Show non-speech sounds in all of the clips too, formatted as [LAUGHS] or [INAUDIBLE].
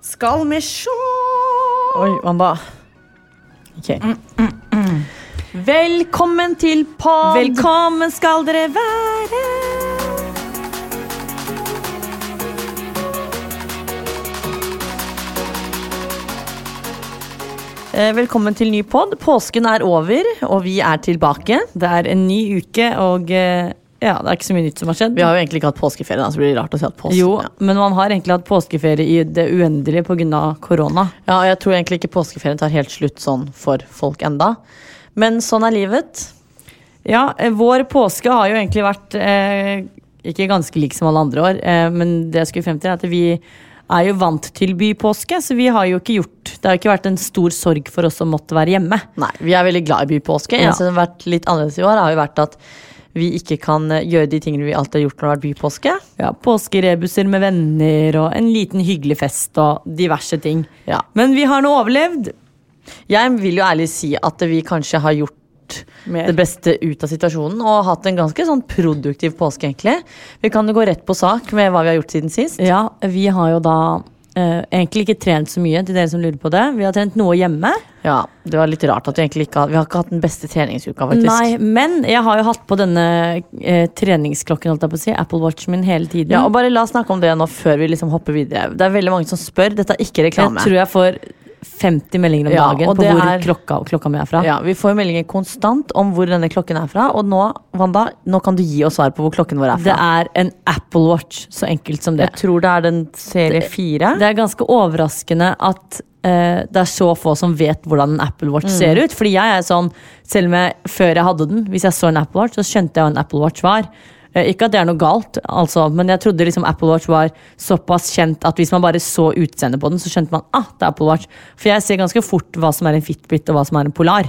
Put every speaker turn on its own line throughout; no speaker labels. Skal vi sjå
Oi, Wanda. Ok. Mm, Velkommen til pod.
Velkommen skal dere være.
Eh, Velkommen til ny pod. Påsken er over, og vi er tilbake.
Det er en ny uke, og eh, ja, det er ikke så mye nytt som har skjedd.
Vi har jo egentlig ikke hatt påskeferie, da, så blir det rart å si at påsken
Jo,
ja.
men man har egentlig hatt påskeferie i det uendelige pga. korona.
ja, og jeg tror egentlig ikke påskeferien tar helt slutt sånn for folk enda. Men sånn er livet.
Ja, eh, vår påske har jo egentlig vært eh, ikke ganske lik som alle andre år, eh, men det jeg skulle frem til er at vi er jo vant til bypåske, så vi har jo ikke gjort Det har jo ikke vært en stor sorg for oss å måtte være hjemme.
Nei, vi er veldig glad i bypåske.
Ja.
Eneste som har vært litt annerledes i år, har jo vært at vi ikke kan eh, gjøre de tingene vi alltid har gjort når det har vært bypåske.
Ja, Påskerebuser med venner og en liten hyggelig fest og diverse ting.
Ja.
Men vi har nå overlevd.
Jeg vil jo ærlig si at vi kanskje har gjort
Mer.
det beste ut av situasjonen og hatt en ganske sånn produktiv påske, egentlig. Vi kan jo gå rett på sak med hva vi har gjort siden sist.
Ja, vi har jo da eh, egentlig ikke trent så mye, til dere som lurer på det. Vi har trent noe hjemme.
Ja, Det var litt rart at vi egentlig ikke har Vi har ikke hatt den beste treningsuka, faktisk.
Nei, men jeg har jo hatt på denne eh, treningsklokken, holdt jeg på å si, Apple Watchen min hele tiden.
Ja, og bare La oss snakke om det nå før vi liksom hopper videre. Det er veldig mange som spør. Dette er ikke
jeg
reklame.
tror jeg får 50 meldinger om
Ja,
dagen
og
på
det
hvor
er-
klokka, klokka mi er fra.
Ja, Vi får jo meldinger konstant om hvor denne klokken er fra. Og nå Wanda, nå kan du gi oss svar på hvor klokken vår er
Det
fra.
er en Apple Watch, så enkelt som det.
Jeg tror det er den serie fire.
Det er ganske overraskende at eh, det er så få som vet hvordan en Apple Watch ser ut. Fordi jeg er sånn, selv om jeg, før jeg hadde den, hvis jeg så en Apple Watch, så skjønte jeg hva en Apple Watch var. Eh, ikke at det er noe galt, altså, men jeg trodde liksom Apple Watch var såpass kjent at hvis man bare så utseendet på den, så skjønte man ah, det er Apple Watch. For jeg ser ganske fort hva som er en Fitbit og hva som er en Polar.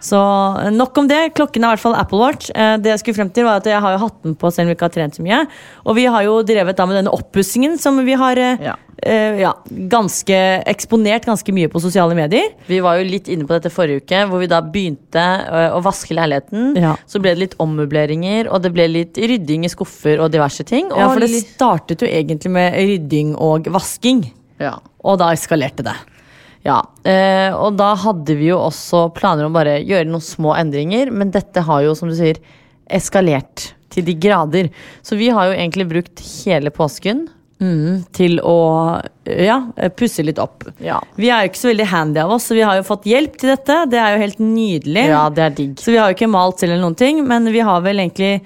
Så eh, nok om det. Klokken er i hvert fall Apple Watch. Eh, det Jeg skulle frem til var at jeg har jo hatt den på selv om vi ikke har trent så mye. Og vi har jo drevet da med denne oppussingen som vi har eh,
Ja.
eh, ja, ganske eksponert ganske mye på sosiale medier.
Vi var jo litt inne på dette forrige uke, hvor vi da begynte ø, å vaske leiligheten.
Ja.
Så ble det litt ommøbleringer, og det ble litt rydding i skuffer og diverse ting. Og
Ja, for det
li-
startet jo egentlig med rydding og vasking,
ja.
og da eskalerte det.
Ja, eh, og da hadde vi jo også planer om bare gjøre noen små endringer, men dette har jo, som du sier, eskalert til de grader. Så vi har jo egentlig brukt hele påsken.
Til å eh, ja, eh, pusse litt opp.
Mm. Ja.
Vi er jo ikke så veldig handy av oss, så vi har jo fått hjelp til dette. Det er jo helt nydelig.
Ja, det er digg.
Så vi har jo ikke malt selv eller noen ting, men vi har vel egentlig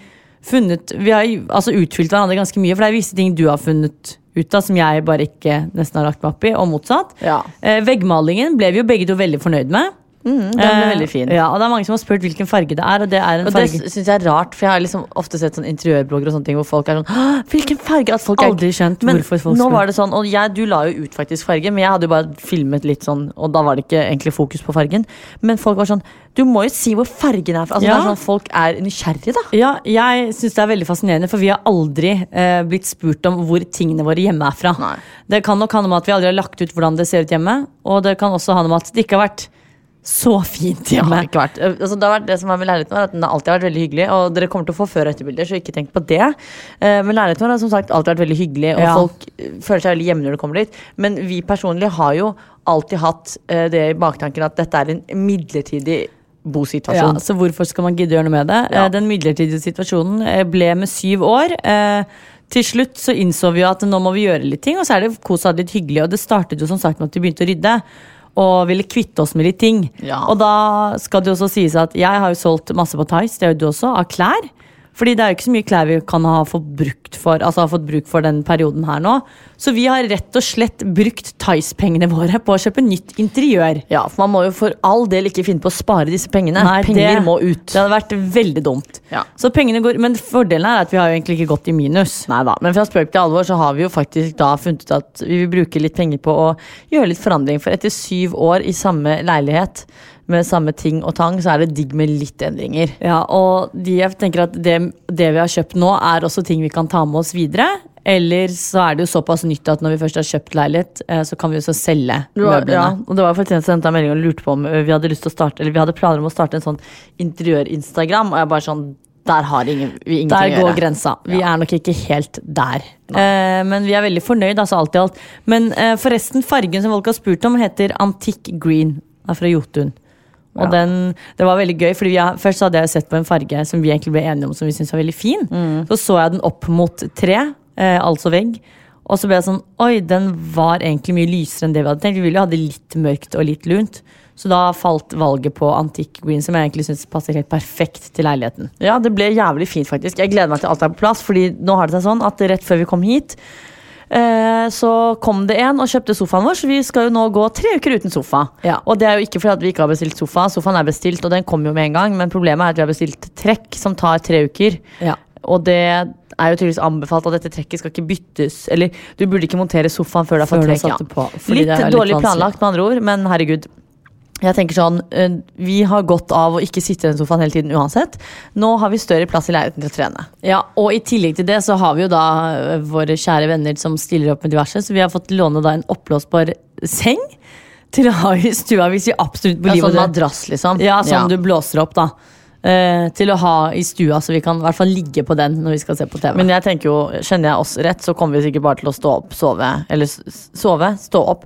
funnet Vi har jo- altså utfylt hverandre ganske mye, for det er visse ting du har funnet ut av som jeg bare ikke nesten har lagt meg opp i, og motsatt.
Ja.
Eh, veggmalingen ble vi jo begge to veldig fornøyd med.
Mm, Den ble veldig fin.
Ja, og det er mange som har spurt hvilken farge det er, og det er en
Og det
farge
syns jeg er rart, for jeg har liksom ofte sett sånn interiørblogger og sånne ting hvor folk er sånn «Hå, Hvilken farge? At folk er
Aldri skjønt
Men
hvorfor folk
nå
spør.
var det sånn, og jeg, Du la jo ut faktisk farge, men jeg hadde jo bare filmet litt sånn, og da var det ikke egentlig fokus på fargen. Men folk var sånn Du må jo si hvor fargen er fra. Altså,
Ja.
det er sånn at folk er nysgjerrige, da.
Ja, jeg syns det er veldig fascinerende, for vi har aldri eh, blitt spurt om hvor tingene våre hjemme er fra.
Nei.
Det kan nok handle om at vi aldri har lagt ut hvordan det ser ut hjemme, og det kan også handle om at det ikke har vært så fint
Det
hjemme.
har ikke vært. Altså, det, har vært det som er med leiligheten vår, er at den har alltid vært veldig hyggelig. Og dere kommer til å få før- og etterbilder, så ikke tenk på det. Eh, Men leiligheten vår har som sagt alltid vært veldig hyggelig, og
Ja.
folk eh, føler seg veldig hjemme når du kommer dit. Men vi personlig har jo alltid hatt eh, det i baktanken at dette er en midlertidig
Ja,
bosituasjon.
så hvorfor skal man gidde gjøre noe med det?
Ja.
Eh, Den midlertidige situasjonen eh, ble med syv år. Eh, Til slutt så innså vi jo at nå må vi gjøre litt ting, og så er det kos og litt hyggelig. Og det startet jo som sagt med at vi begynte å rydde. Og ville kvitte oss med litt ting.
Ja.
Og da skal det jo også sies at jeg har jo solgt masse på Tice, det gjør du også, av klær. Fordi det er jo ikke så mye klær vi kan ha fått brukt for Altså har fått bruk for den perioden her nå. Så vi har rett og slett brukt Tice-pengene våre på å kjøpe nytt interiør.
Ja, for man må jo for all del ikke finne på å spare disse pengene.
Nei,
Penger
det-
må ut.
Det hadde vært veldig dumt.
Ja.
Så pengene går, Men fordelen er at vi har jo egentlig ikke gått i minus.
Nei da, men fra spøk til alvor så har vi jo faktisk da funnet ut at vi vil bruke litt penger på å gjøre litt forandring. For etter syv år i samme leilighet med samme ting og tang, så er det digg med litt endringer.
Ja, og de, jeg tenker at det, det vi har kjøpt nå, er også ting vi kan ta med oss videre. Eller så er det jo såpass nytt at når vi først har kjøpt leilighet, eh, så kan vi også selge
Det var, ja,
møblene.
og det var faktisk en som sendte meg en melding og lurte på om ø, vi hadde lyst til å starte Eller vi hadde planer om å starte en sånn interiør-Instagram, og jeg bare sånn Der har ingen, vi
Der
ingenting å
går
gjøre.
grensa. Vi er nok ikke helt der. Eh, men vi er veldig fornøyd, altså alt i alt. Men eh, forresten, fargen som folk har spurt om, heter Antikk Green. Er fra Jotun. Og den, det var veldig gøy, fordi vi har, Først så hadde jeg sett på en farge som vi egentlig ble enige om som vi syntes var veldig fin. Så så jeg den opp mot tre, eh, altså vegg. Og så ble jeg sånn Oi, den var egentlig mye lysere enn det vi hadde tenkt. Vi ville jo ha det litt mørkt og litt lunt. Så da falt valget på Antikk Green, som jeg egentlig syns passer helt perfekt til leiligheten.
Ja, det ble jævlig fint, faktisk. Jeg gleder meg til alt er på plass, Fordi nå har det seg sånn at rett før vi kom hit, eh, så kom det en og kjøpte sofaen vår, så vi skal jo nå gå tre uker uten sofa.
Ja.
Og det er jo ikke fordi at vi ikke har bestilt sofa, sofaen er bestilt, og den kommer jo med en gang, men problemet er at vi har bestilt trekk som tar tre uker.
Ja.
Og det er jo tydeligvis anbefalt at dette trekket skal ikke byttes. Eller du burde ikke montere sofaen før du har fått
Før du har
trekk.
satt det på, fordi
litt
det er litt
dårlig
vanskelig.
planlagt, med andre ord, men herregud. Jeg tenker sånn, eh, Vi har godt av å ikke sitte i den sofaen hele tiden uansett. Nå har vi større plass i leiligheten til å trene.
Ja, og i tillegg til det så har vi jo da ø, våre kjære venner som stiller opp med diverse, så vi har fått låne da en oppblåsbar seng til å ha i stua hvis vi absolutt på
Ja,
livet
sånn madrass, liksom.
Ja, sånn du blåser opp, da. Eh, til å ha i stua, så vi kan i hvert fall ligge på den når vi skal se på TV.
Men jeg tenker jo, kjenner jeg oss rett, så kommer vi sikkert bare til å stå opp, sove. Eller s- sove, stå opp,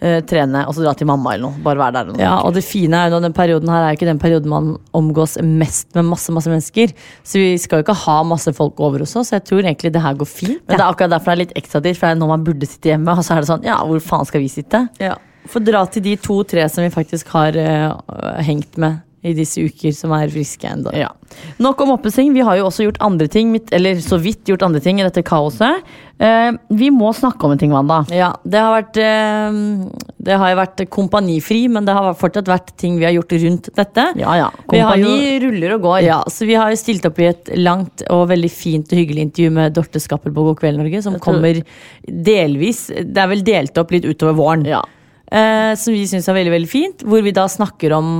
eh, trene og så dra til mamma eller noe. Bare være der. eller noe.
ja, og det fine er jo nå, den perioden her er jo ikke den perioden man omgås mest med masse masse mennesker. Så vi skal jo ikke ha masse folk over hos oss. så Jeg tror egentlig det her går fint.
Men det er akkurat derfor det er litt ekstra dyrt, for det er når man burde sitte hjemme. Og så er det sånn, ja, hvor faen skal vi sitte?
Ja. Få dra til de to-tre som vi faktisk har eh, hengt med i disse uker, som er friske ennå.
Ja. Nok om oppussing. Vi har jo også gjort andre ting, mitt- eller så vidt gjort andre ting i dette kaoset. Eh, vi må snakke om en ting, Wanda.
Ja, det har vært eh, Det har jo vært kompanifri, men det har fortsatt vært ting vi har gjort rundt dette.
Ja, ja.
Vi har jo-
Kompani ruller og går.
Ja, så Vi har jo stilt opp i et langt og veldig fint og hyggelig intervju med Dorte Skappel på God kveld, Norge, som
tror-
kommer delvis Det er vel delt opp litt utover våren.
Ja.
Eh, som vi syns er veldig veldig fint. Hvor vi da snakker om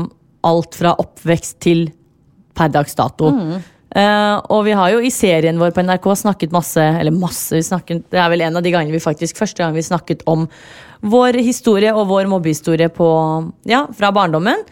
alt fra oppvekst til per dags dato. Eh, og vi har jo i serien vår på NRK snakket masse, eller masse, vi snakket, det er vel en av de gangene vi faktisk, første gang vi snakket om vår historie og vår mobbehistorie på, ja, fra barndommen.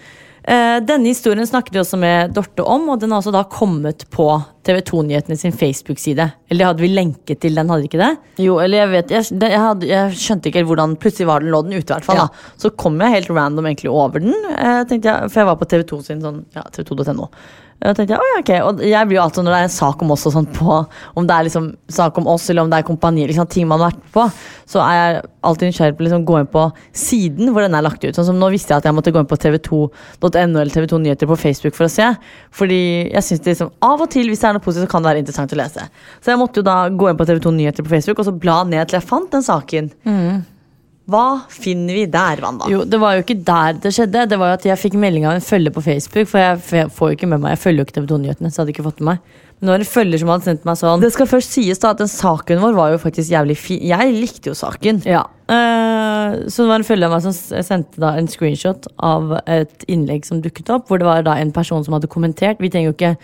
Eh, denne historien snakket vi også med Dorte om, og den har også da kommet på TV 2-nyhetene sin Facebook-side. Eller hadde vi lenke til den, hadde vi ikke det?
Jo, eller jeg vet jeg, det, jeg, hadde, jeg skjønte ikke helt hvordan Plutselig var den lå den ute, i hvert fall.
Ja.
da. Så kom jeg helt random egentlig over den, eh, tenkte jeg, for jeg var på TV2 sin sånn, ja, tv2.no. Og tenkte jeg, «Å ja, ok, og jeg blir jo alltid Når det er en sak om oss og sånn på Om det er liksom sak om oss eller om det er kompani, liksom, ting man har vært på, så er jeg alltid nysgjerrig på å liksom, gå inn på siden hvor den er lagt ut. Sånn som Nå visste jeg at jeg måtte gå inn på tv2.no eller TV2 Nyheter på Facebook for å se. Fordi jeg synes det liksom av og til hvis det er noe positivt, så kan det være interessant å lese. Så jeg måtte jo da gå inn på TV2 Nyheter på Facebook og så bla ned til jeg fant den saken. Hva finner vi der, Wanda?
Jo, det var jo ikke der det skjedde. Det var jo at Jeg fikk melding av en følger på Facebook. For jeg f- får jo ikke med meg Jeg følger jo ikke TV 2-nyhetene. Så jeg hadde ikke fått med meg Men det var en følger som hadde sendt meg sånn
Det skal først sies da at den saken vår var jo faktisk jævlig fin. Jeg likte jo saken.
Ja. eh, så det var en følger av meg som s- sendte da en screenshot av et innlegg som dukket opp, hvor det var da en person som hadde kommentert. Vi trenger jo ikke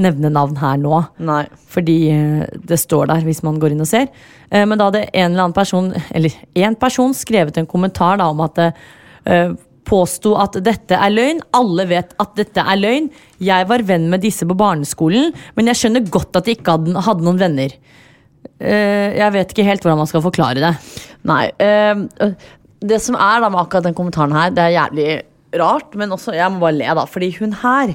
nevne navn her nå,
Nei.
fordi eh, det står der hvis man går inn og ser. Eh, men da hadde en eller annen person, eller én person, skrevet en kommentar da om at det påsto at dette er løgn. Alle vet at dette er løgn. Jeg var venn med disse på barneskolen, men jeg skjønner godt at de ikke hadde, hadde noen venner. Eh, jeg vet ikke helt hvordan man skal forklare det.
Nei. ehm, øh, det som er da med akkurat den kommentaren her, det er jævlig rart, men også Jeg må bare le, da. Fordi hun her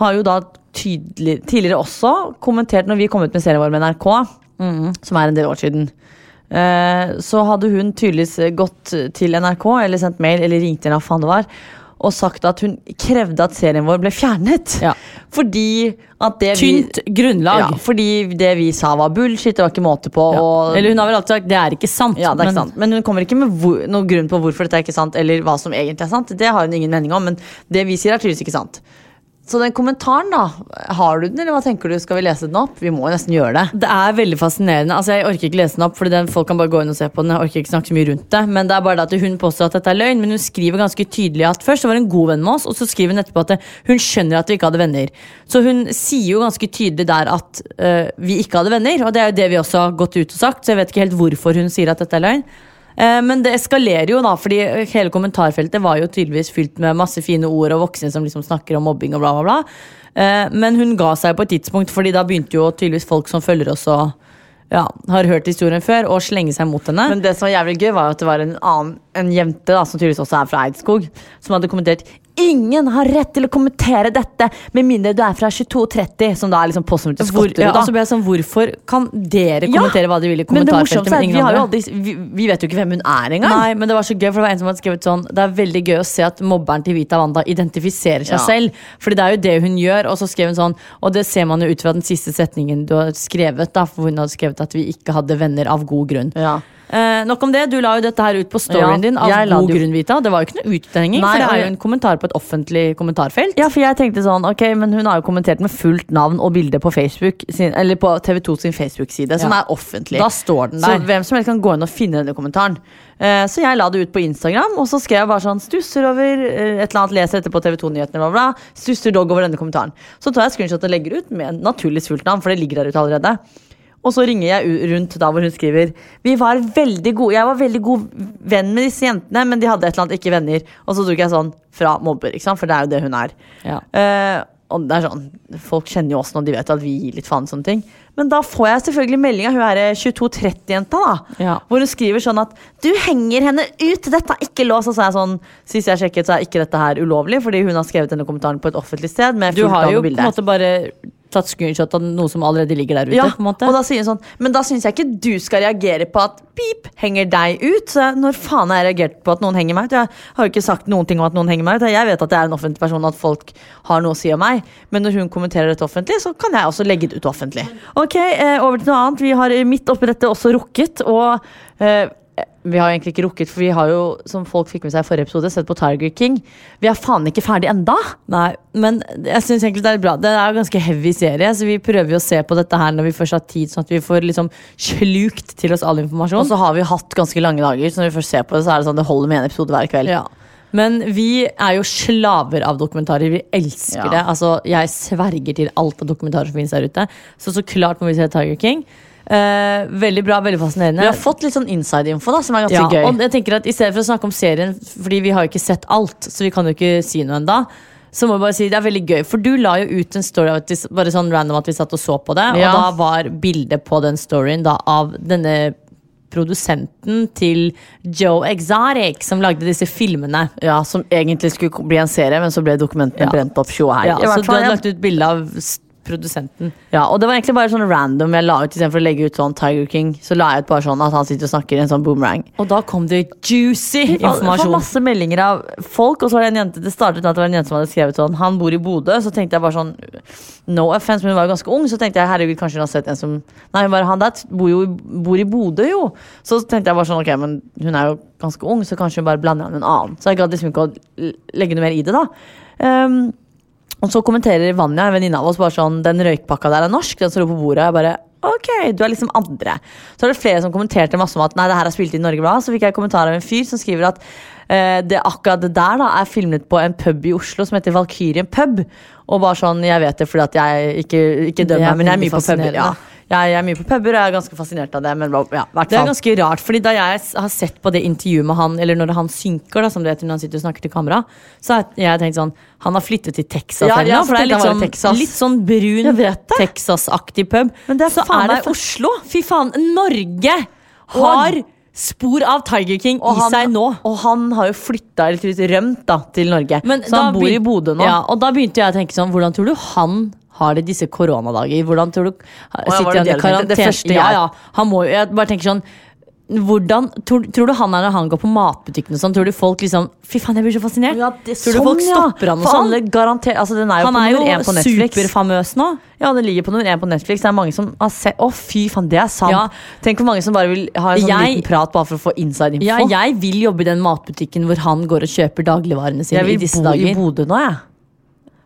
har jo da tydelig, tidligere også kommentert når vi kom ut med serien vår med NRK,
Mm.
som er en del år siden. eh, så hadde hun tydeligvis gått til NRK eller sendt mail eller ringt eller hva faen det var, og sagt at hun krevde at serien vår ble fjernet.
Ja.
Fordi at det
Tynt grunnlag.
Ja, fordi det vi sa var bullshit, det var ikke måte på. Og
Eller hun har vel alltid sagt det er ikke sant.
ja, det er ikke
men-
sant. Men hun kommer ikke med hvor, noen grunn på hvorfor dette er ikke sant, eller hva som egentlig er sant. Det har hun ingen mening om, men det vi sier er tydeligvis ikke sant. Så den kommentaren, da. Har du den, eller hva tenker du? Skal vi lese den opp? Vi må jo nesten gjøre det.
Det er veldig fascinerende. Altså, jeg orker ikke lese den opp, Fordi den, folk kan bare gå inn og se på den. Jeg orker ikke snakke så mye rundt det Men det er bare det at hun påstår at dette er løgn, men hun skriver ganske tydelig at først så var hun god venn med oss, og så skriver hun etterpå at det- hun skjønner at vi ikke hadde venner. Så hun sier jo ganske tydelig der at øh, vi ikke hadde venner, og det er jo det vi også har gått ut og sagt, så jeg vet ikke helt hvorfor hun sier at dette er løgn. Eh, Men det eskalerer jo, da, fordi hele kommentarfeltet var jo tydeligvis fylt med masse fine ord og voksne som liksom snakker om mobbing og bla, bla, bla. Eh, Men hun ga seg på et tidspunkt, Fordi da begynte jo tydeligvis folk som følger oss og ja, har hørt historien før, å slenge seg mot henne.
Men det som var jævlig gøy, var jo at det var en annen En jente, da, som tydeligvis også er fra Eidskog, som hadde kommentert Ingen har rett til å kommentere dette med mindre du er fra 2230, som da er liksom postnummeret til
Hvor,
Skotterud.
ja,
da.
altså ble jeg sånn, hvorfor kan dere
Ja,
kommentere hva de vil i
men det
kommentarfeltet?
morsomste er at vi,
ingen
har jo
andre?
aldri, vi, vi vet jo ikke hvem hun er engang.
Nei, men det var så gøy, for det var en som hadde skrevet sånn Det er veldig gøy å se at mobberen til Vita Wanda identifiserer seg
Ja.
selv. Fordi det er jo det hun gjør. Og så skrev hun sånn, og det ser man jo ut fra den siste setningen du har skrevet, da, for hun hadde skrevet at vi ikke hadde venner av god grunn.
Ja.
Eh, nok om det, du la jo dette her ut på storyen
Ja,
din av
jeg la
god
det jo-
grunn, Vita. Det var jo ikke noe utlending,
Nei,
for det
og
er
jeg-
jo en kommentar på et offentlig kommentarfelt.
Ja, for jeg tenkte sånn, ok, men hun har jo kommentert med fullt navn og bilde på Facebook sin, Eller på TV2 sin Facebook-side, som
Ja.
er offentlig.
Da står den
Så
der.
hvem som helst kan gå inn og finne denne kommentaren. Eh, så jeg la det ut på Instagram, og så skrev jeg bare sånn Stusser over eh, et eller annet, leser dette på TV2-nyhetene, bla, bla. bla. Stusser dog over denne kommentaren. Så tar jeg screenshot og legger ut med naturligvis fullt navn, for det ligger der ute allerede. Og så ringer jeg u- rundt da hvor hun skriver Vi var veldig gode Jeg var veldig god venn med disse jentene, men de hadde et eller annet ikke venner. Og så tok jeg sånn fra mobber, ikke sant? for det er jo det hun er.
Ja.
Eh, og det er sånn, Folk kjenner jo oss nå, de vet at vi gir litt faen i sånne ting. Men da får jeg selvfølgelig melding av hun her 2230-jenta, da.
Ja.
Hvor hun skriver sånn at 'du henger henne ut, dette er ikke lov'. Så sa jeg sånn, sist jeg sjekket, så er ikke dette her ulovlig, fordi hun har skrevet denne kommentaren på et offentlig sted. Med
Du
fullt
har
navn
jo
og
på
bilde.
en måte bare tatt screenshot av noe som allerede ligger der ute.
Ja,
på en måte.
og da sier hun sånn Men da syns jeg ikke du skal reagere på at pip henger deg ut. Så jeg, når faen har jeg reagert på at noen henger meg ut? Jeg har jo ikke sagt noen ting om at noen henger meg ut. Jeg vet at jeg er en offentlig person, og at folk har noe å si om meg. Men når hun kommenterer dette offentlig, så kan jeg også legge det ut offentlig. Ok, eh, over til noe annet. Vi har eh, midt oppi dette også rukket å eh, vi har egentlig ikke rukket, for vi har jo som folk fikk med seg i forrige episode, sett på Tiger King. Vi er faen ikke ferdig enda!
Nei, men jeg synes egentlig det er bra. Det er en ganske heavy serie, så vi prøver jo å se på dette her når vi først har tid, sånn at vi får liksom slukt til oss all
Og
informasjon.
så har vi hatt ganske lange dager, så når vi først ser på det, så er det sånn det holder med en episode hver kveld.
ja. Men vi er jo slaver av dokumentarer. Vi elsker
Ja.
det. Altså, jeg sverger til alt av dokumentarer som finnes der ute. Så så klart må vi se Tiger King. Eh, veldig bra, veldig fascinerende.
Vi har fått litt sånn inside-info, da, som er ganske
ja,
gøy.
Og jeg tenker at I stedet for å snakke om serien, fordi vi har jo ikke sett alt, så vi kan jo ikke si noe enda så må jeg bare si Det er veldig gøy, for du la jo ut en story av at vi s- bare sånn random at vi satt og så på det.
Ja.
Og da var bildet på den storyen da av denne produsenten til Joe Exotic, som lagde disse filmene.
ja, Som egentlig skulle bli en serie, men så ble dokumentene
Ja.
brent opp tjo og hei.
Ja,
I
så
hvert
du
fall,
hadde
ja.
lagt ut bilde av s- produsenten.
Ja, og det var egentlig bare sånn random jeg la ut istedenfor å legge ut sånn Tiger King. Så la jeg ut bare sånn at han sitter og snakker i en sånn boomerang.
Og da kom det juicy
Jeg får
informasjon.
masse meldinger av folk, og så var det en jente Det startet med at det var en jente som hadde skrevet sånn Han bor i Bodø, så tenkte jeg bare sånn No offense, men hun var jo ganske ung, så tenkte jeg herregud, kanskje hun har sett en som Nei, hun bare han der bor jo i- bor i Bodø, jo. Så tenkte jeg bare sånn, ok, men hun er jo ganske ung, så kanskje hun bare blander han med en annen. Så jeg gadd liksom ikke å l- legge noe mer i det, da. Ehm, og så kommenterer Vanja, en venninne av oss, bare sånn Den røykpakka der er norsk, den står oppe på bordet. Og jeg bare Ok, du er liksom andre. Så er det flere som kommenterte masse om at nei, det her er spilt inn i Norge Blad. Så fikk jeg kommentar av en fyr som skriver at eh, det akkurat det der da er filmet på en pub i Oslo som heter Valkyrien pub. Og bare sånn, jeg vet det fordi at jeg ikke, ikke
Det er
dømmer, men jeg er
veldig
mye på puber. Ja.
fascinerende.
Jeg, jeg er mye på puber, og jeg er ganske fascinert av det, men ja, i hvert
Det er
fall.
ganske rart, fordi da jeg s- har sett på det intervjuet med han, eller når han synker, da, som det heter når han sitter og snakker til kamera, så har jeg tenkt sånn Han har flyttet til Texas
Ja,
eller
ja,
noe, for
så
det er
tenkte
litt
jeg var i
sånn,
Texas.
litt sånn brun
Jeg vet det.
Texas-aktig pub.
Men det er
så
faen
er det
meg
Oslo! Fy faen, Norge har spor av Tiger King i seg nå.
og han har jo flytta, eller tydeligvis rømt, da, til Norge.
Men
så
da
han bor
begyn-
i Bodø nå.
Ja, og da begynte jeg å tenke sånn, hvordan tror du han har det disse koronadager? Hvordan tror du
var
Sitter
det
han i
det jeg tenkte? Det
karantene?
første jeg-
ja, ja, han må jo Jeg bare tenker sånn hvordan, tror, tror du han er når han går på matbutikken og sånn? Tror du folk liksom Fy faen, jeg blir så fascinert!
Ja, det,
tror du folk stopper han og
For
sånn?
alle garanter, altså, den er jo
han
på
er
nummer
jo
én på Netflix.
superfamøs nå.
Ja, den ligger på nummer én på Netflix. Det er mange som har sett Å, fy faen, det er sant!
Ja.
Tenk hvor mange som bare vil ha en sånn
Jeg-
liten prat bare for å få inside info.
Ja, jeg vil jobbe i den matbutikken hvor han går og kjøper dagligvarene sine
Jeg
i
vil
disse
bo i
dager.
Bodø nå, jeg.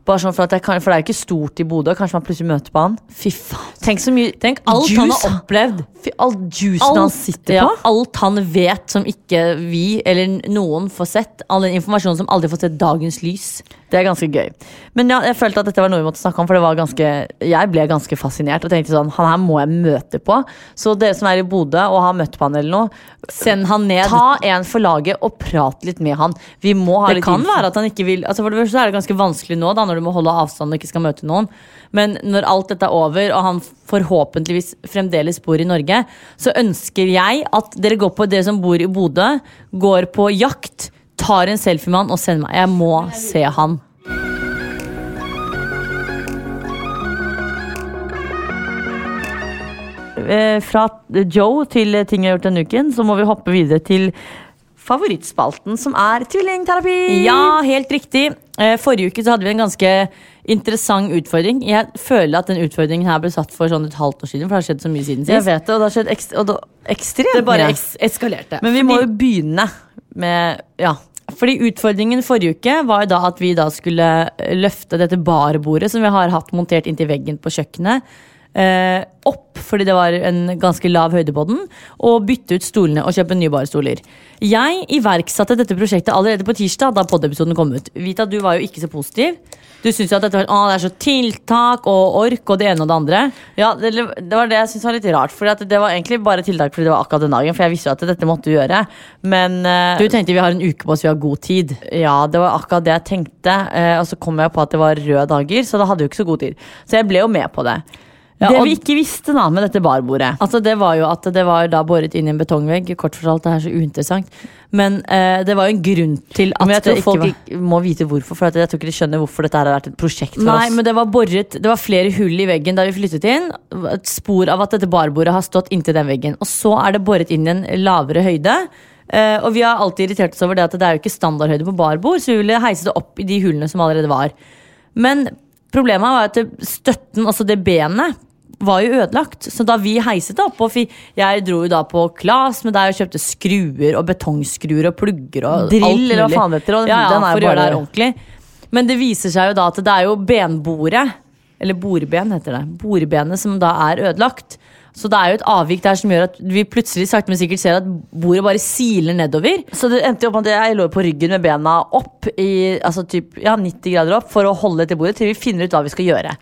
Bare sånn for, at jeg kan, for det er jo ikke stort i Bodø. Kanskje man plutselig møter på han.
Fy faen.
Tenk så mye
Tenk alt han
juice,
har opplevd.
Fy, all juicen han sitter
ja,
på.
alt han vet som ikke vi eller n- noen får sett. All den informasjonen som aldri får sett dagens lys.
Det er ganske gøy. Men ja, jeg følte at dette var noe vi måtte snakke om, for det var ganske, jeg ble ganske fascinert og tenkte sånn, han her må jeg møte på. Så dere som er i Bodø og har møtt på han eller noe,
Send han ned.
ta en for laget og prat litt med han. Vi må ha
det
litt
kan
info.
være at han ikke vil altså For det første er det ganske vanskelig nå da, når du må holde avstand og ikke skal møte noen. Men når alt dette er over, og han forhåpentligvis fremdeles bor i Norge, så ønsker jeg at dere går på dere som bor i Bodø, går på jakt, tar en selfie med han og sender meg. Jeg må se han.
Eh, Fra Joe til eh, ting jeg har gjort denne uken, så må vi hoppe videre til favorittspalten, som er tvillingterapi.
Ja, helt riktig. Eh, Forrige uke så hadde vi en ganske interessant utfordring. Jeg føler at den utfordringen her ble satt for sånn et halvt år siden, for det har skjedd så mye siden
Jeg
sist.
vet det, og det har skjedd ekst- og det- ekstremt
Det bare
mye.
eks eskalerte.
Men vi må
Fordi-
jo begynne med Ja.
Fordi utfordringen forrige uke var jo da at vi da skulle eh, løfte dette barbordet som vi har hatt montert inntil veggen på kjøkkenet, eh, opp fordi det var en ganske lav høyde på den, og bytte ut stolene og kjøpe nye barstoler. Jeg iverksatte dette prosjektet allerede på tirsdag, da poddepisoden kom ut. Vita, du var jo ikke så positiv. Du syntes jo at dette var, å, det er så tiltak og ork og det ene og det andre.
Ja, det, det var det jeg syntes var litt rart. Fordi at det var egentlig bare tiltak fordi det var akkurat den dagen. For jeg visste jo at dette måtte du gjøre. Men eh,
Du tenkte vi har en uke på oss, vi har god tid.
ja, det var akkurat det jeg tenkte. eh, og så kom jeg på at det var røde dager, så da hadde jeg jo ikke så god tid. Så jeg ble jo med på det.
Ja,
det
og-
vi ikke visste da med dette barbordet
Altså Det var jo at det var da båret inn i en betongvegg. Kort fortalt, det er så uinteressant. Men eh, det var jo en grunn til at
Men jeg
det
tror
ikke
folk
var
ikke må vite hvorfor, for at jeg tror ikke de skjønner hvorfor dette her har vært et prosjekt for
Nei,
oss.
men det var borret Det var flere hull i veggen da vi flyttet inn. Et spor av at dette barbordet har stått inntil den veggen. Og så er det boret inn i en lavere høyde. Eh, og vi har alltid irritert oss over det at det er jo ikke standardhøyde på barbord, så vi ville heise det opp i de hullene som allerede var. Men problemet var at det- støtten, altså det benet, var jo ødelagt. Så da vi heiset det opp og fi, Jeg dro jo da på Klas med deg og kjøpte skruer og betongskruer og plugger og
Drill,
alt mulig.
eller hva faen det heter, og den-
ja, ja,
den er jo
for å gjøre det
bare-
her ordentlig ordentlig. Men det viser seg jo da at det er jo benbordet, eller bordben heter det, bordbenet som da er ødelagt. Så det er jo et avvik der som gjør at vi plutselig sakte men sikkert ser at bordet bare siler nedover.
Så det endte jo opp med at jeg lå på ryggen med bena opp i altså typ, ja, 90 grader opp for å holde etter bordet til vi finner ut hva vi skal gjøre.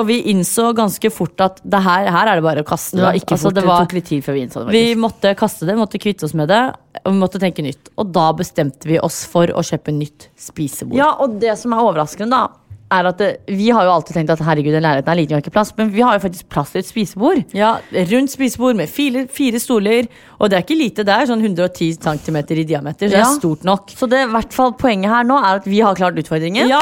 Og vi innså ganske fort at det her, her er det bare å kaste.
Det
da.
var ikke
Altså,
fort,
det
det
var-
tok litt tid før vi innså det.
Vi måtte kaste det, måtte kvitte oss med det, og vi måtte tenke nytt. Og da bestemte vi oss for å kjøpe nytt spisebord.
Ja, og det som er overraskende, da, er at det, vi har jo alltid tenkt at herregud, den leiligheten er liten, vi har ikke plass, men vi har jo faktisk plass til et spisebord.
Ja, rundt spisebord med fire, fire stoler. Og det er ikke lite, det er sånn 110 cm i diameter, så det
Ja.
er stort nok.
Så det i hvert fall poenget her nå er at vi har klart utfordringen.
Ja.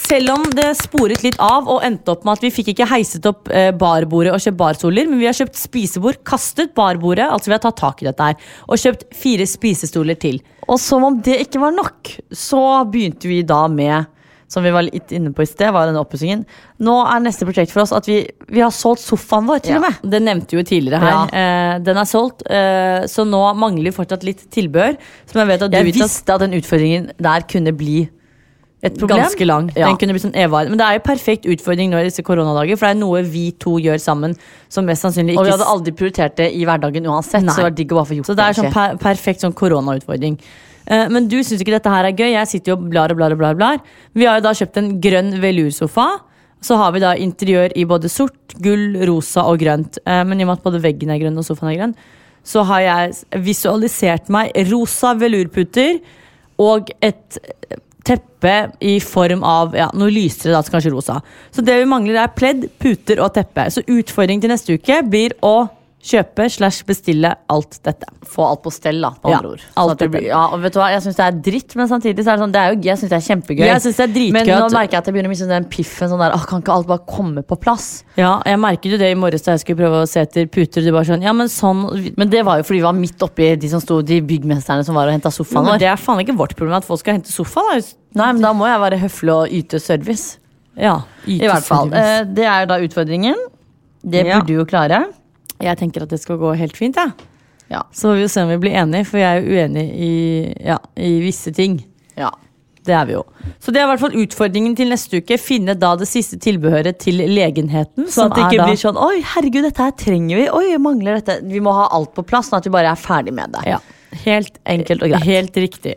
Selv om det sporet litt av og endte opp med at vi fikk ikke heiset opp eh, barbordet og kjøpt barstoler, men vi har kjøpt spisebord, kastet barbordet, altså vi har tatt tak i dette her, og kjøpt fire spisestoler til. Og som om det ikke var nok, så begynte vi da med som vi var litt inne på i sted, var denne oppussingen. Nå er neste prosjekt for oss at vi, vi har solgt sofaen vår, til og med.
Det nevnte jo tidligere
Ja. Eh, den er solgt, eh, så nå mangler vi fortsatt litt tilbehør. Som jeg vet at du
Jeg
Vita,
visste at den utfordringen der kunne bli et problem.
Ganske lang.
Ja.
Den kunne blitt sånn evigvarende. Men det er jo perfekt utfordring nå i disse koronadager, for det er noe vi to gjør sammen som mest sannsynlig ikke
Og vi hadde aldri prioritert det i hverdagen uansett.
Nei.
Så det var digg å bare få gjort
Så det er sånn
egentlig.
per perfekt sånn koronautfordring. Eh, Men du syns ikke dette her er gøy. Jeg sitter jo og blar og blar. og blar, og blar. Vi har jo da kjøpt en grønn velursofa. Så har vi da interiør i både sort, gull, rosa og grønt. Eh, Men i og med at både veggen er grønn og sofaen er grønn, så har jeg s- visualisert meg rosa velurputer og et teppe i form av ja, noe lysere, da, så kanskje rosa. Så det vi mangler, er pledd, puter og teppe. Så utfordringen til neste uke blir å kjøpe slash bestille alt dette.
Få alt på stell, da, med
Ja,
andre ord. Sånn
alt
at det
på
blir- ja, og vet du hva, Jeg syns det er dritt, men samtidig så er det sånn, det er jo, jeg syns det er kjempegøy.
Jeg synes det er dritgøy
men nå
at-
merker jeg at jeg begynner å miste den piffen sånn der, «Åh, kan ikke alt bare komme på plass?
Ja, jeg merket jo det i morges da jeg skulle prøve å se etter puter. Du bare sånn, ja, men sånn
Men det var jo fordi vi var midt oppi de som sto, de byggmesterne som var og henta sofaen
men
vår.
Det er faen ikke vårt problem at folk skal hente sofa, da.
Nei, men da må jeg være høflig og yte service.
Ja,
I hvert fall. Eh, det er jo da utfordringen. Det
Ja.
burde du jo klare.
Jeg tenker at det skal gå helt fint, jeg.
Ja.
Så får vi jo se om vi blir enige, for jeg er jo uenig i, ja, i visse ting.
ja.
Det er vi jo. Så det er i hvert fall utfordringen til neste uke. Finne da det siste tilbehøret til legenheten.
Sånn
som
at det
er
ikke
da-
blir sånn Oi, herregud, dette her trenger vi. Oi, jeg mangler dette. Vi må ha alt på plass, sånn at vi bare er ferdig med det.
Ja. Helt
Enkelt og greit.
Helt riktig.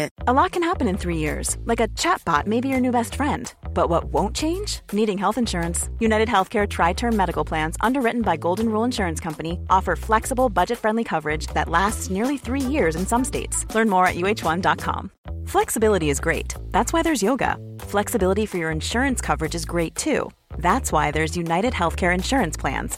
A lot can happen in three years, like a chatbot may be your new best friend. But what won't change? Needing health insurance. United Healthcare Tri Term Medical Plans, underwritten by Golden Rule Insurance Company, offer flexible, budget friendly coverage that lasts nearly three years in some states. Learn more at uh1.com. Flexibility is great. That's why there's yoga. Flexibility for your insurance coverage is great too. That's why there's United Healthcare Insurance Plans.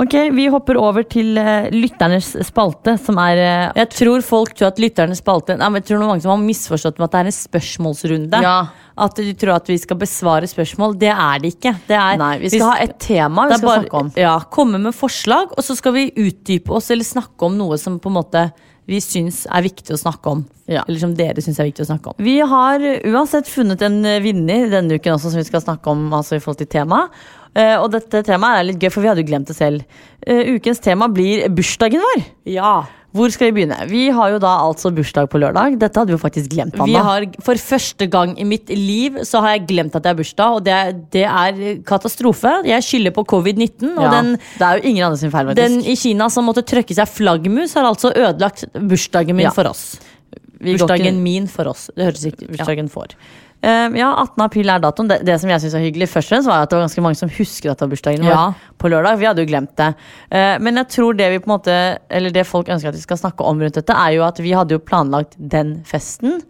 Ok, Vi hopper over til eh, lytternes spalte, som er eh,
Jeg tror folk tror at lytternes spalte Nei, men jeg tror det er mange som har misforstått med at det er en spørsmålsrunde.
Ja.
At de tror at vi skal besvare spørsmål. Det er det ikke. Det er,
Nei, vi skal ha et tema vi
det er
skal
bare-
snakke om.
Ja, Komme med forslag, og så skal vi utdype oss eller snakke om noe som på en måte vi syns er viktig å snakke om.
Ja.
Eller som dere syns er viktig å snakke om.
Vi har uansett funnet en vinner denne uken også, som vi skal snakke om altså i forhold til tema. Eh, og dette temaet er litt gøy, for vi hadde jo glemt det selv. Eh, ukens tema blir bursdagen vår.
Ja.
Hvor skal vi begynne? Vi har jo da altså bursdag på lørdag. Dette hadde vi jo faktisk glemt,
Vi
Anna.
har, for første gang i mitt liv så har jeg glemt at jeg har bursdag, og det, det er katastrofe. Jeg skylder på covid-19, og
ja.
den
det er jo ingen andre sin feil, faktisk.
Den i Kina som måtte trøkke seg flaggermus, har altså ødelagt bursdagen min
Ja.
for oss.
Vi går ikke-
Bursdagen min for oss. Det høres riktig ut. Ja.
bursdagen får. Um, ja, 18. april er datoen. Det, det som jeg synes var hyggelig, først og fremst var at det var ganske mange som husker at det var bursdagen vår
Ja.
på lørdag. Vi hadde jo glemt det. Eh, men jeg tror det vi på en måte Eller det folk ønsker at vi skal snakke om rundt dette, er jo at vi hadde jo planlagt den festen.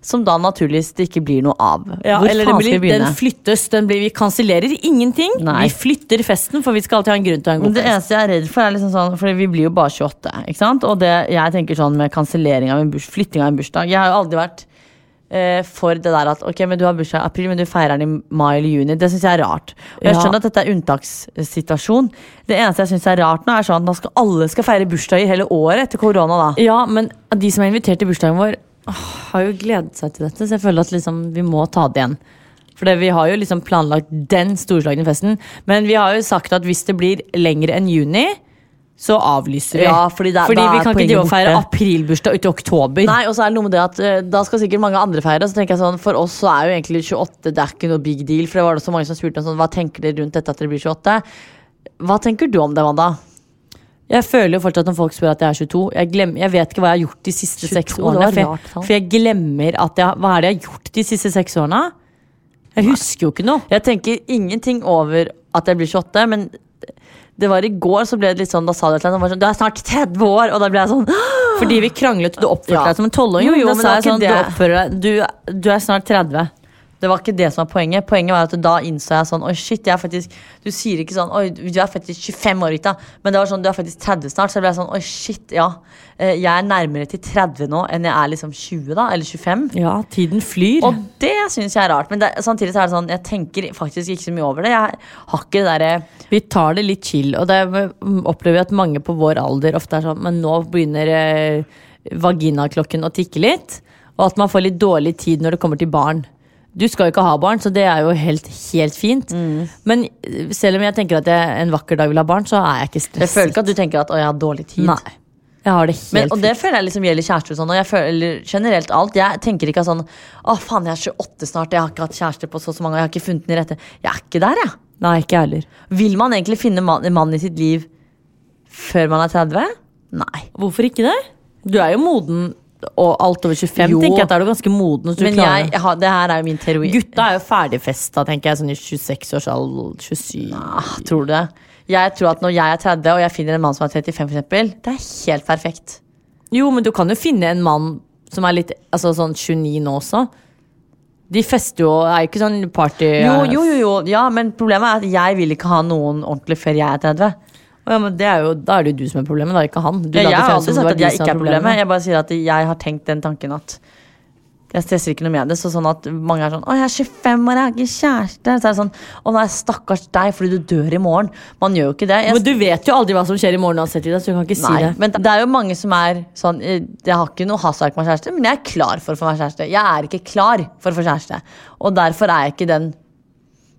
Som da naturligvis det ikke blir noe av.
Ja,
Hvor
eller det
faen skal
blir,
vi begynne?
den flyttes. Den blir, vi kansellerer ingenting.
Nei.
Vi flytter festen, for vi skal alltid ha en grunn til å ha en
Men
god
det
fest.
eneste jeg er redd for, er liksom sånn Fordi vi blir jo bare 28, ikke sant? Og det jeg tenker sånn med kansellering av en burs, flytting av en bursdag Jeg har jo aldri vært eh, for det der at ok, men du har bursdag i april, men du feirer den i mai eller juni. Det syns jeg er rart. Og jeg
Ja.
skjønner at dette er unntakssituasjon. Det eneste jeg syns er rart nå, er sånn at nå skal alle skal feire bursdager hele året etter korona, da.
Ja, men de som er invitert til bursdagen vår, åh, har jo gledet seg til dette, så jeg føler at liksom, vi må ta det igjen. For det- vi har jo liksom planlagt den storslagne festen, men vi har jo sagt at hvis det blir lengre enn juni, så avlyser vi.
Ja, fordi det er- da
vi
er
kan
poenget
ikke drive og feire
borte.
aprilbursdag ut i oktober.
Nei, og så er det noe med det at eh, Da skal sikkert mange andre feire. og Så tenker jeg sånn, For oss så er jo egentlig 28 det er ikke noe big deal. For det var det så mange som spurte om sånn, hva tenker dere rundt dette at dere blir 28. Hva tenker du om det, Wanda?
Jeg føler jo fortsatt når folk spør at jeg er 22 Jeg, glemmer, jeg vet ikke hva jeg har gjort de siste
22,
seks
det var
årene. For
rart
jeg,
tall.
for jeg glemmer at jeg, Hva er det jeg har gjort de siste seks årene? Jeg husker jo ikke noe.
Jeg tenker ingenting over at jeg blir 28, men det var i går så ble det litt sånn, da sa du et eller annet, og var sånn, du er snart 30 år, og da ble jeg sånn [GASPS]
Fordi vi kranglet, og du oppførte
Ja.
deg som en tolvåring.
Jo, jo,
Da
men
sa jeg
det var ikke
sånn, du
det.
oppfører deg du, du er snart 30.
Det var ikke det som var poenget. Poenget var at da innså jeg sånn Oi, shit, jeg er faktisk Du sier ikke sånn Oi, du er faktisk 25 år, Rita. Men det var sånn, du er faktisk 30 snart. Så jeg ble sånn Oi, shit, ja. Eh, Jeg er nærmere til 30 nå enn jeg er liksom 20, da. Eller 25.
Ja, tiden flyr.
Og det syns jeg er rart. Men det, samtidig så er det sånn, jeg tenker faktisk ikke så mye over det. Jeg har ikke det derre
vi tar det litt chill, og det mm, opplever jeg at mange på vår alder ofte er sånn Men nå begynner eh, vaginaklokken å tikke litt, og at man får litt dårlig tid når det kommer til barn. Du skal jo ikke ha barn, så det er jo helt, helt fint.
Mm.
Men eh, selv om jeg tenker at jeg en vakker dag vil ha barn, så er jeg ikke
Jeg føler
stresset.
ikke at du tenker at å, jeg har dårlig tid.
Nei. Jeg har det helt
Men, og
fint.
det føler jeg liksom gjelder kjærester og sånn. Og jeg føler, eller generelt alt. Jeg tenker ikke sånn Å, faen, jeg er 28 snart, jeg har ikke hatt kjæreste på så og så mange, og jeg har ikke funnet den rette. Jeg er ikke der, jeg.
Nei, ikke jeg heller.
Vil man egentlig finne mann mann i sitt liv før man er 30? Nei.
Hvorfor ikke det? Du er jo moden, og alt over 25
Jo.
tenker jeg at da er du ganske moden. så du
Men
klarer
jeg, jeg har, det her er jo min teori.
Gutta er jo ferdigfesta, tenker jeg, sånn i 26-årsalderen, 27
Ah, tror du det? Jeg tror at når jeg er 30 og jeg finner en mann som er 35, for eksempel, det er helt perfekt.
Jo, men du kan jo finne en mann som er litt altså sånn 29 nå også. De fester jo, er jo ikke sånn party
Jo, jo, jo, jo. Ja, men problemet er at jeg vil ikke ha noen ordentlig før jeg er 30.
Å Ja, men det er jo, da er det jo du som er problemet, da, ikke han. Du
Ja, jeg
lager
har
følelsen
aldri sagt
som det var
at
de
jeg
som
ikke er
var
problemet. Jeg bare sier at jeg har tenkt den tanken at jeg stresser ikke noe med det. Så sånn at mange er sånn 'Å, jeg er 25 år, jeg har ikke kjæreste.' Så er det sånn 'Å nei, stakkars deg, fordi du dør i morgen.' Man gjør jo ikke det. Jeg,
Men du vet jo aldri hva som skjer i morgen uansett, Ida, så du kan ikke si
nei,
det.
men det er jo mange som er sånn eh, 'Jeg har ikke noe hastverk med kjæreste, men jeg er klar for å få meg kjæreste.' Jeg er ikke klar for å få kjæreste, og derfor er jeg ikke den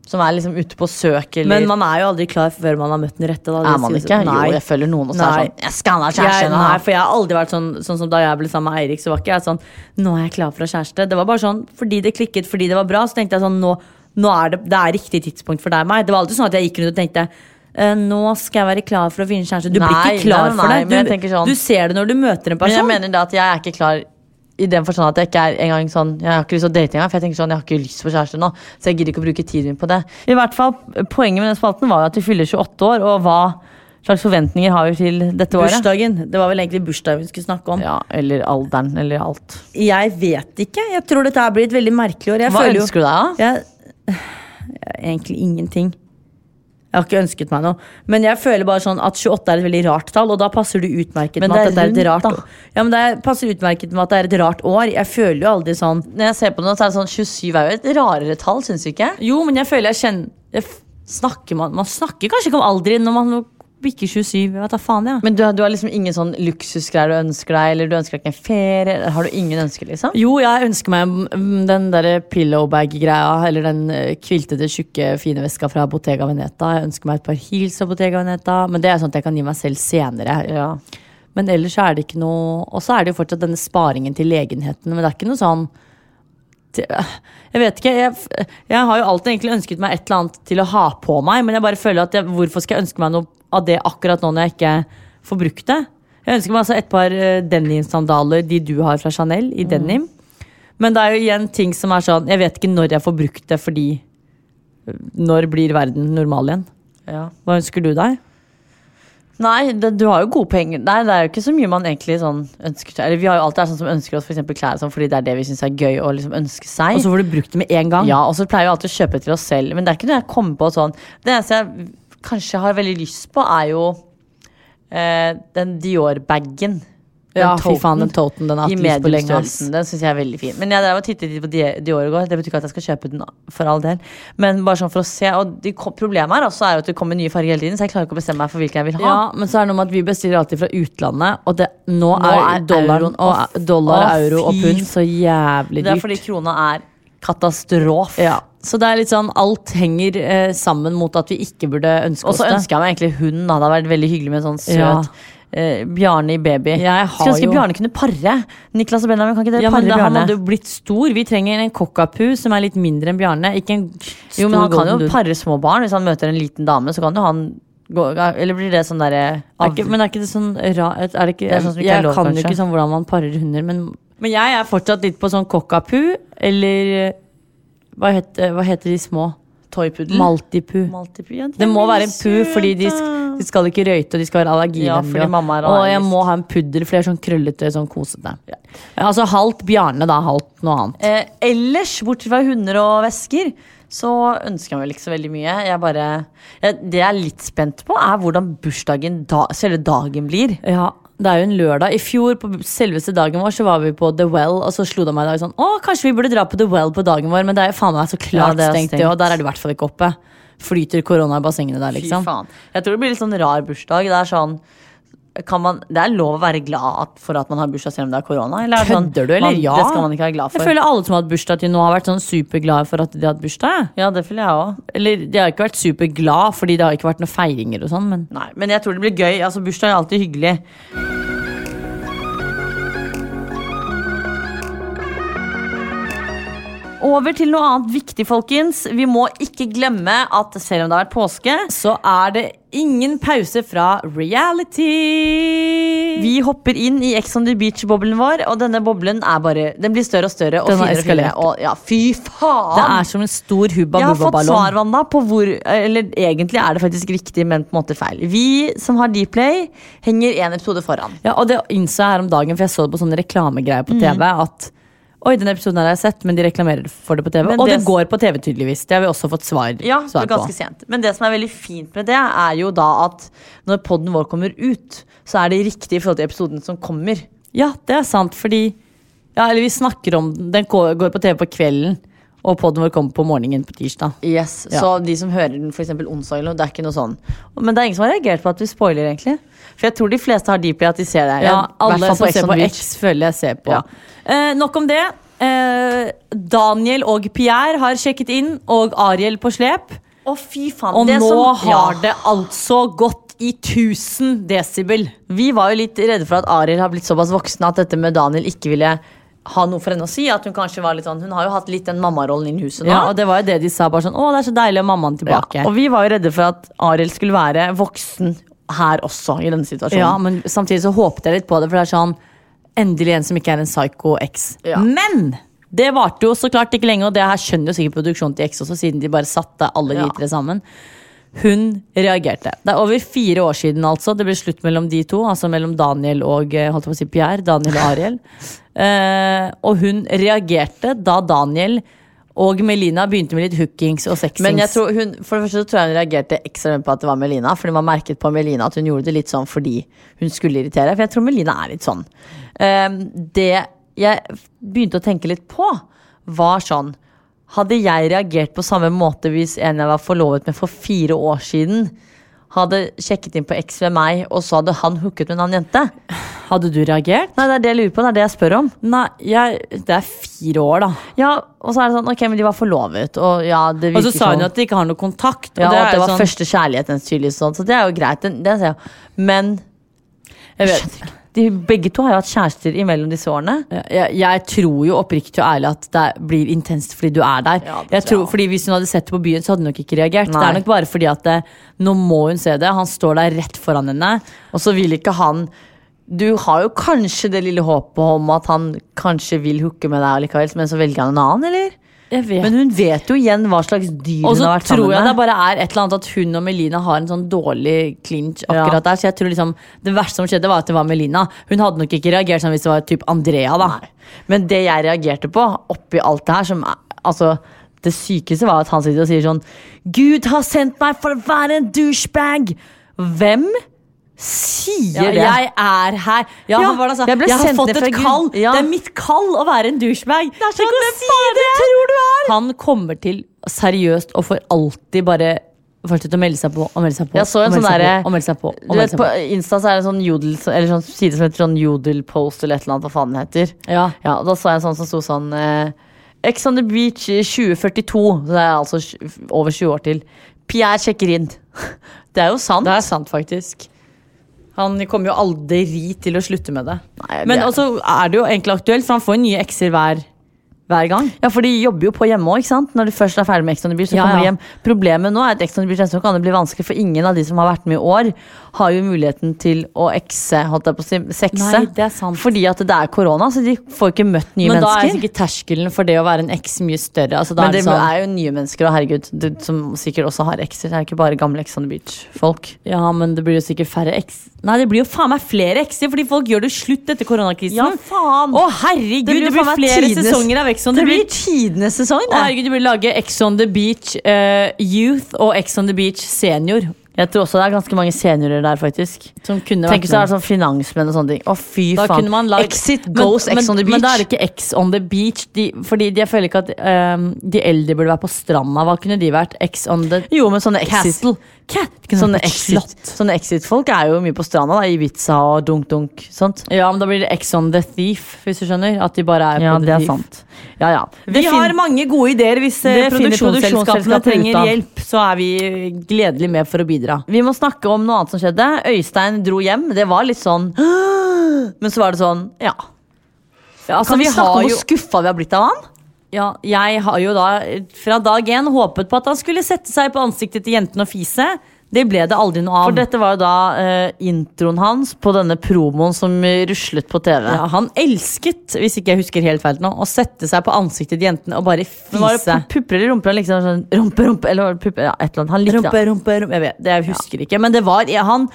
som er liksom ute på søk eller
Men man er jo aldri klar før man har møtt den rette. Da. Det
Er man
sier
ikke?
sånn-
Jo, jeg føler noen også
Nei.
er sånn 'Jeg skal ha
Jeg,
kjæreste'. nå.»
nei, for jeg har aldri vært sånn Sånn som da jeg ble sammen med Eirik, så var ikke jeg sånn Nå er jeg klar for å ha kjæreste. Det var bare sånn fordi det klikket, fordi det var bra. Så tenkte jeg sånn Nå, nå er det, det er riktig tidspunkt for deg og meg. Det var alltid sånn at jeg gikk rundt og tenkte «Eh, nå skal jeg være klar for å finne kjæreste. Du blir
Nei,
ikke klar
nei,
for
nei,
det.
men
Du,
jeg tenker sånn-
du ser det når du møter en
Men
person.
jeg mener da at jeg er ikke klar i den forstand at jeg ikke er engang sånn Jeg har ikke lyst til å date engang, for jeg tenker sånn, jeg har ikke lyst på kjæreste nå. Så jeg gidder ikke å bruke tiden min på det. I hvert fall, Poenget med den spalten var jo at vi fyller 28 år, og hva slags forventninger har vi til dette året?
bursdagen. Det var vel egentlig bursdagen vi skulle snakke om.
Ja, Eller alderen, eller alt.
Sånn. Jeg vet ikke. Jeg tror dette her blir et veldig merkelig år. Jeg
Hva
føler jo-
ønsker du deg, da?
Jeg, jeg, egentlig ingenting. Jeg
Jeg har ikke ønsket meg noe. Men jeg føler bare sånn at 28 er et veldig rart tall, og da passer du utmerket
Men
med at
det er
dette er et rart
rundt, da.
år. Ja, men det er- passer utmerket med at det er et rart år. Jeg føler jo aldri sånn
Når jeg ser på det, så er det sånn 27 er jo et rarere tall, syns du ikke?
Jo, men jeg føler jeg kjenner jeg f- snakker man, man snakker kanskje ikke om alder når man bikker 27. Jeg vet da faen, jeg.
Men du, har- du har liksom ingen sånn luksusgreier du ønsker deg, eller du ønsker deg ikke en ferie? eller Har du ingen ønsker, liksom?
Jo, jeg ønsker meg mm, den derre pillowbag-greia, eller den eh, kviltete, tjukke, fine veska fra Bottega Veneta. Jeg ønsker meg et par heels fra Bottega Veneta, men det er sånn at jeg kan gi meg selv senere.
Ja.
Men ellers så er det ikke noe Og så er det jo fortsatt denne sparingen til legenheten, men det er ikke noe sånn til- øh, jeg vet ikke, jeg, f- jeg har jo alltid egentlig ønsket meg et eller annet til å ha på meg, men jeg bare føler at jeg, hvorfor skal jeg ønske meg noe av det akkurat nå når jeg ikke får brukt det? Jeg ønsker meg altså et par eh, denim-sandaler, de du har fra Chanel, i denim. Men det er jo igjen ting som er sånn Jeg vet ikke når jeg får brukt det, fordi eh, Når blir verden normal igjen?
Ja.
Hva ønsker du deg?
Nei, det, du har jo gode penger. Nei, det er jo ikke så mye man egentlig sånn ønsker seg. Eller vi har jo alltid er sånn som ønsker oss for eksempel klær og sånn, fordi det er det vi syns er gøy å liksom ønske seg.
Og så får du brukt det med en gang.
Ja, og så pleier vi alltid å kjøpe til oss selv. Men det er ikke noe jeg kommer på sånn. Det eneste jeg kanskje har veldig lyst på, er jo eh, den Dior-bagen. Den
Ja, fy faen, den toten
toten
den har
I
hatt lyst på lenge. ass.
mediumstørrelsen. Den syns jeg er veldig fin. Men jeg drev og tittet litt på Di- Dior i går. Det betyr ikke at jeg skal kjøpe den for all del. Men bare sånn for å se. Og de, ko- problemet her også er jo at det kommer nye farger hele tiden, så jeg klarer ikke å bestemme meg for hvilken jeg vil ha.
Ja, men så er det noe med at vi bestiller alltid fra utlandet, og det, nå, er,
er
dollaren
euroen- å,
og,
f-
dollar,
å,
euro og
fy
pund så jævlig
Det er
dyrt.
fordi krona er katastrof.
ja. Så det er litt sånn alt henger eh, sammen mot at vi ikke burde ønske
Og så
oss det.
ønsker jeg meg egentlig hund. Da. Det hadde vært veldig hyggelig med en sånn søt
Ja.
eh, Bjarne i baby.
Jeg har
Skulle ønske
jo-
Bjarne kunne pare. Niklas og Benjamin, kan ikke dere
Ja, men
pare
da, Han
Bjarne?
hadde jo blitt stor. Vi trenger en cockapoo som er litt mindre enn Bjarne. Ikke en stor
Jo, men han kan
golden
jo
doodle.
pare små barn. Hvis han møter en liten dame, så kan jo han gå Eller blir det sånn derre
Er ikke, men er ikke det sånn ra, er det ikke,
Det er sånn som ikke
Jeg
er lov,
kan jo
kanskje.
ikke sånn hvordan man parer hunder, men, men jeg er fortsatt litt på sånn cockapoo eller eh, hva heter, hva heter de små?
toypuddel?
Maltipoo. Det må være en poo, fordi de, sk- de skal ikke røyte og de skal være
Ja,
allergivennlige.
fordi mamma er
og jeg
allergisk.
må ha en pudder, for jeg er sånn krøllete sånn kosete. Altså halvt Bjarne, da. Halvt noe annet.
eh, Ellers, bortsett fra hunder og vesker, så ønsker jeg meg vel ikke så veldig mye. Jeg bare jeg, Det jeg er litt spent på, er hvordan bursdagen da, selve dagen blir.
Ja, Det er jo en lørdag. I fjor, på selveste dagen vår, så var vi på The Well, og så slo det meg i dag sånn Å, kanskje vi burde dra på The Well på dagen vår, men det er jo faen meg så
Ja,
klart
det er
stengt,
stengt.
det, og der er det i hvert fall ikke oppe. Flyter korona i bassengene der,
Fy
liksom.
faen. Jeg tror det blir litt sånn rar bursdag. Det er sånn kan man, det er lov å være glad at- for at man har bursdag selv om det er korona? Eller er det sånn,
Kødder du, eller?
Man,
ja.
Det skal man ikke være glad
Jeg
for.
føler alle som har hatt bursdag til nå, har vært sånn superglade for at de har hatt bursdag.
Ja, det føler jeg òg.
Eller de har ikke vært superglad, fordi det har ikke vært noen feiringer og sånn, men
Nei, men jeg tror det blir gøy. Altså, Bursdag er alltid hyggelig. Over til noe annet viktig, folkens. Vi må ikke glemme at selv om det har vært påske,
så er det ingen pause fra reality.
vi hopper inn i Ex on the Beach-boblen vår, og denne boblen er bare, den blir større og større. Og
Den har
finere og finere,
eskalert.
og, ja, fy faen!
det er som en stor hubba
Jeg har
bubba
fått svar,
ballong.
Wanda, på hvor Eller egentlig er det faktisk riktig, men på en måte feil. Vi som har Dplay, henger én episode foran.
Ja, og det innså jeg her om dagen, for jeg så det på sånne reklamegreier
Mm.
på TV. at Oi, den episoden her har jeg sett, men de reklamerer for det på TV.
Men
og det,
det-
går på TV, tydeligvis. Det har vi også fått svar,
Ja, det
svar
er ganske sent. Men det som er veldig fint med det, er jo da at når podden vår kommer ut, så er det riktig i forhold til episoden som kommer.
Ja, det er sant, fordi Ja, eller vi snakker om den. Den går går på TV på kvelden, og podden vår kommer på morgenen på tirsdag.
Yes,
Ja.
Så de som hører den for eksempel onsdag, eller noe, det er ikke noe sånn. Men det er ingen som har reagert på at vi spoiler, egentlig. For jeg tror de fleste har Dplay at de ser det.
Ja,
I hvert
alle
fall
som
Ex
ser
on
på
the Beach.
X, føler jeg ser på.
Ja.
Eh, nok om det. Eh, Daniel og Pierre har sjekket inn, og Ariel på slep.
Å, fy faen.
Og
det
nå
som,
har
Ja.
det altså gått i 1000 desibel.
Vi var jo litt redde for at Arild har blitt såpass voksen at dette med Daniel ikke ville ha noe for henne å si. At hun kanskje var litt sånn Hun har jo hatt litt den mammarollen inn i huset nå.
Ja, og det var jo det de sa. bare sånn, Å, det er så deilig å ha mammaen
Ja,
tilbake.
og vi var jo redde for at Arild skulle være voksen her også, i denne situasjonen.
Ja, men samtidig så håpet jeg litt på det, for det er sånn Endelig en som ikke er en psycho X.
Ja.
Men det varte jo så klart ikke lenge, og det her skjønner jo sikkert produksjonen til X også, siden de bare satte alle de
Ja.
tre sammen. Hun reagerte. Det er over fire år siden altså det ble slutt mellom de to. Altså mellom Daniel og eh, holdt jeg på å si [LAUGHS] Pierre. Daniel og Ariel. Eh, og hun reagerte da Daniel
Og Melina begynte med litt hookings og sexings.
Men jeg tror hun, for det første så tror jeg hun reagerte ekstra mye på at det var Melina. Fordi man merket på Melina at hun gjorde det litt sånn fordi hun skulle irritere. For jeg tror Melina er litt sånn. Ehm, det jeg begynte å tenke litt på, var sånn Hadde jeg reagert på samme måte hvis en jeg var forlovet med for fire år siden, hadde sjekket inn på X med meg, og så hadde han hooket med en annen jente?
Hadde du reagert?
Nei, det er det jeg lurer på. Det er det jeg spør om.
Nei, jeg, det er fire år, da.
Ja, Og så er det sånn, ok, men de var forlovet, og ja, det
Og
virker
så sa hun
sånn.
jo at de ikke har noe kontakt. Og
Ja, og
det
at
er
det
jo
var
sånn,
første kjærlighet hennes, tydeligvis. Sånn, så det er jo greit. Den, den ser jeg. jo. Men
jeg,
jeg
vet,
skjønner ikke. De, begge to har jo hatt kjærester imellom disse årene.
jeg, jeg tror jo oppriktig og ærlig at det blir intenst fordi du er der.
Ja, det
jeg
tror
tror,
jeg også.
fordi Hvis hun hadde sett det på byen, så hadde hun nok ikke reagert. Det
Nei.
er nok bare fordi at det, nå må hun se det. Han står der rett foran henne.
Og så vil ikke han Du har jo kanskje det lille håpet om at han kanskje vil hooke med deg allikevel, men så velger han en annen, eller?
Jeg vet
Men hun vet jo igjen hva slags dyr
Og
hun
så
har vært
tror
sammen
jeg det
med.
bare er et eller annet at hun og Melina har en sånn dårlig clinch akkurat
Ja.
der. Så jeg tror liksom det verste som skjedde, var at det var Melina. Hun hadde nok ikke reagert sånn hvis det var typ Andrea, da.
Men det jeg reagerte på, oppi alt det her, som er- altså det sykeste var at han sitter og sier sånn Gud har sendt meg for å være en douchebag! Hvem sier
Ja,
det?
jeg er her. Ja,
Ja,
han var det, altså.
jeg
jeg,
ble
har
sendt
fått
ned fra
et
Gud.
kall.
Ja.
Det er mitt kall å være en douchebag.
Det er sånn,
Tenk å
hvem
si
faen
det!
tror du er?
Han kommer til seriøst og for alltid bare fortsette å melde seg på og melde seg på.
Jeg så en
og melde
sånn
seg
derre-
på, og melde seg på,
Du
og melde
vet,
seg
på
på.
Insta så er det en sånn jodel Eller sånn side som heter sånn jodelpost eller et eller annet. Hva faen den heter.
Ja.
Ja, og da så jeg en sånn som sto sånn eh, Ex on the beach eh, 2042. Så det er altså tj- over 20 år til. Pierre sjekker inn. Det er jo sant.
[LAUGHS] Det er sant, faktisk. Han kommer jo aldri til å slutte med det.
Nei, det
Men
er-
også er det jo egentlig aktuelt, for han får nye ekser hver, hver gang.
Ja, for de jobber jo på hjemme òg, ikke sant. Når du først er ferdig med Ex on the beach, så
Ja,
kommer de
ja.
hjem. Problemet nå er at Ex on the beach neste år kan det bli vanskelig, for ingen av de som har vært med i år, har jo muligheten til å ekse, holdt jeg på å si, sexe.
Nei, det er sant.
Fordi at det er korona, så de får ikke møtt nye
Men da
mennesker.
er sikkert terskelen for det å være en eks mye større. Altså, da
Men
er
det
det sånn,
er jo nye mennesker, og herregud, det, som sikkert også har ekser. Det er jo ikke bare gamle Ex on the Beach-folk.
Ja, men det blir jo sikkert færre eks... Nei, det blir jo faen meg flere ekser, fordi folk gjør det slutt etter koronakrisen.
Ja, faen!
Å, herregud, det blir,
faen meg
flere
tidenes-
sesonger av Ex on the
Det blir
Beach.
tidenes sesong,
Å,
det.
herregud, de burde lage Ex on the Beach eh, Youth og Ex on the Beach Senior.
Jeg tror også det er ganske mange seniorer der, faktisk.
Som kunne
Tenk
vært
hvis det
med.
er sånn finansmenn og sånne ting. Å, fy
Da
faen.
kunne man lagd-
Exit
Men-
goes
men,
Ex on the Beach.
Men da er det ikke Ex on the Beach. De, fordi de, jeg føler ikke at eh, de eldre burde være på stranda. Hva kunne de vært? Ex on the
jo, men sånne exit
Castle. Cat. De kunne
Sånne
vært på et slott.
exit- sånne exit-folk er jo mye på stranda. da, Ibiza og dunk-dunk. sånt
Ja, men da blir det Ex on the Thief, hvis du skjønner. At de bare er
Ja,
på
det er
thief.
sant. Ja, ja.
Vi
Det
har
fin-
mange gode ideer. Hvis eh,
Det finner
produksjonsselskapene
produksjonsselskapene ut
trenger
av.
hjelp, så er vi eh, gledelig med for å bidra.
Vi må snakke om noe annet som skjedde. Øystein dro hjem. Det var litt
[GASPS]
sånn Men så var det sånn, ja.
altså,
kan vi,
vi
snakke
har
om
jo-
hvor skuffa vi har blitt av han?
Ja, jeg har jo da eh, fra dag én håpet på at han skulle sette seg på ansiktet til jentene og fise. Det ble det aldri noe av.
For dette var jo da eh, introen hans på denne promoen som eh, ruslet på TV.
ja, han elsket, hvis ikke jeg husker helt feil nå, å sette seg på ansiktet til jentene og bare
Men var det
fise.
pu- pupper eller rumpe? Liksom, sånn, rumpe, rumpe, eller var det pupper? Ja, et eller annet. Han likte
Rumpe,
det.
rumpe, rumpe. Jeg vet, det jeg husker ikke. Men det var ja, han,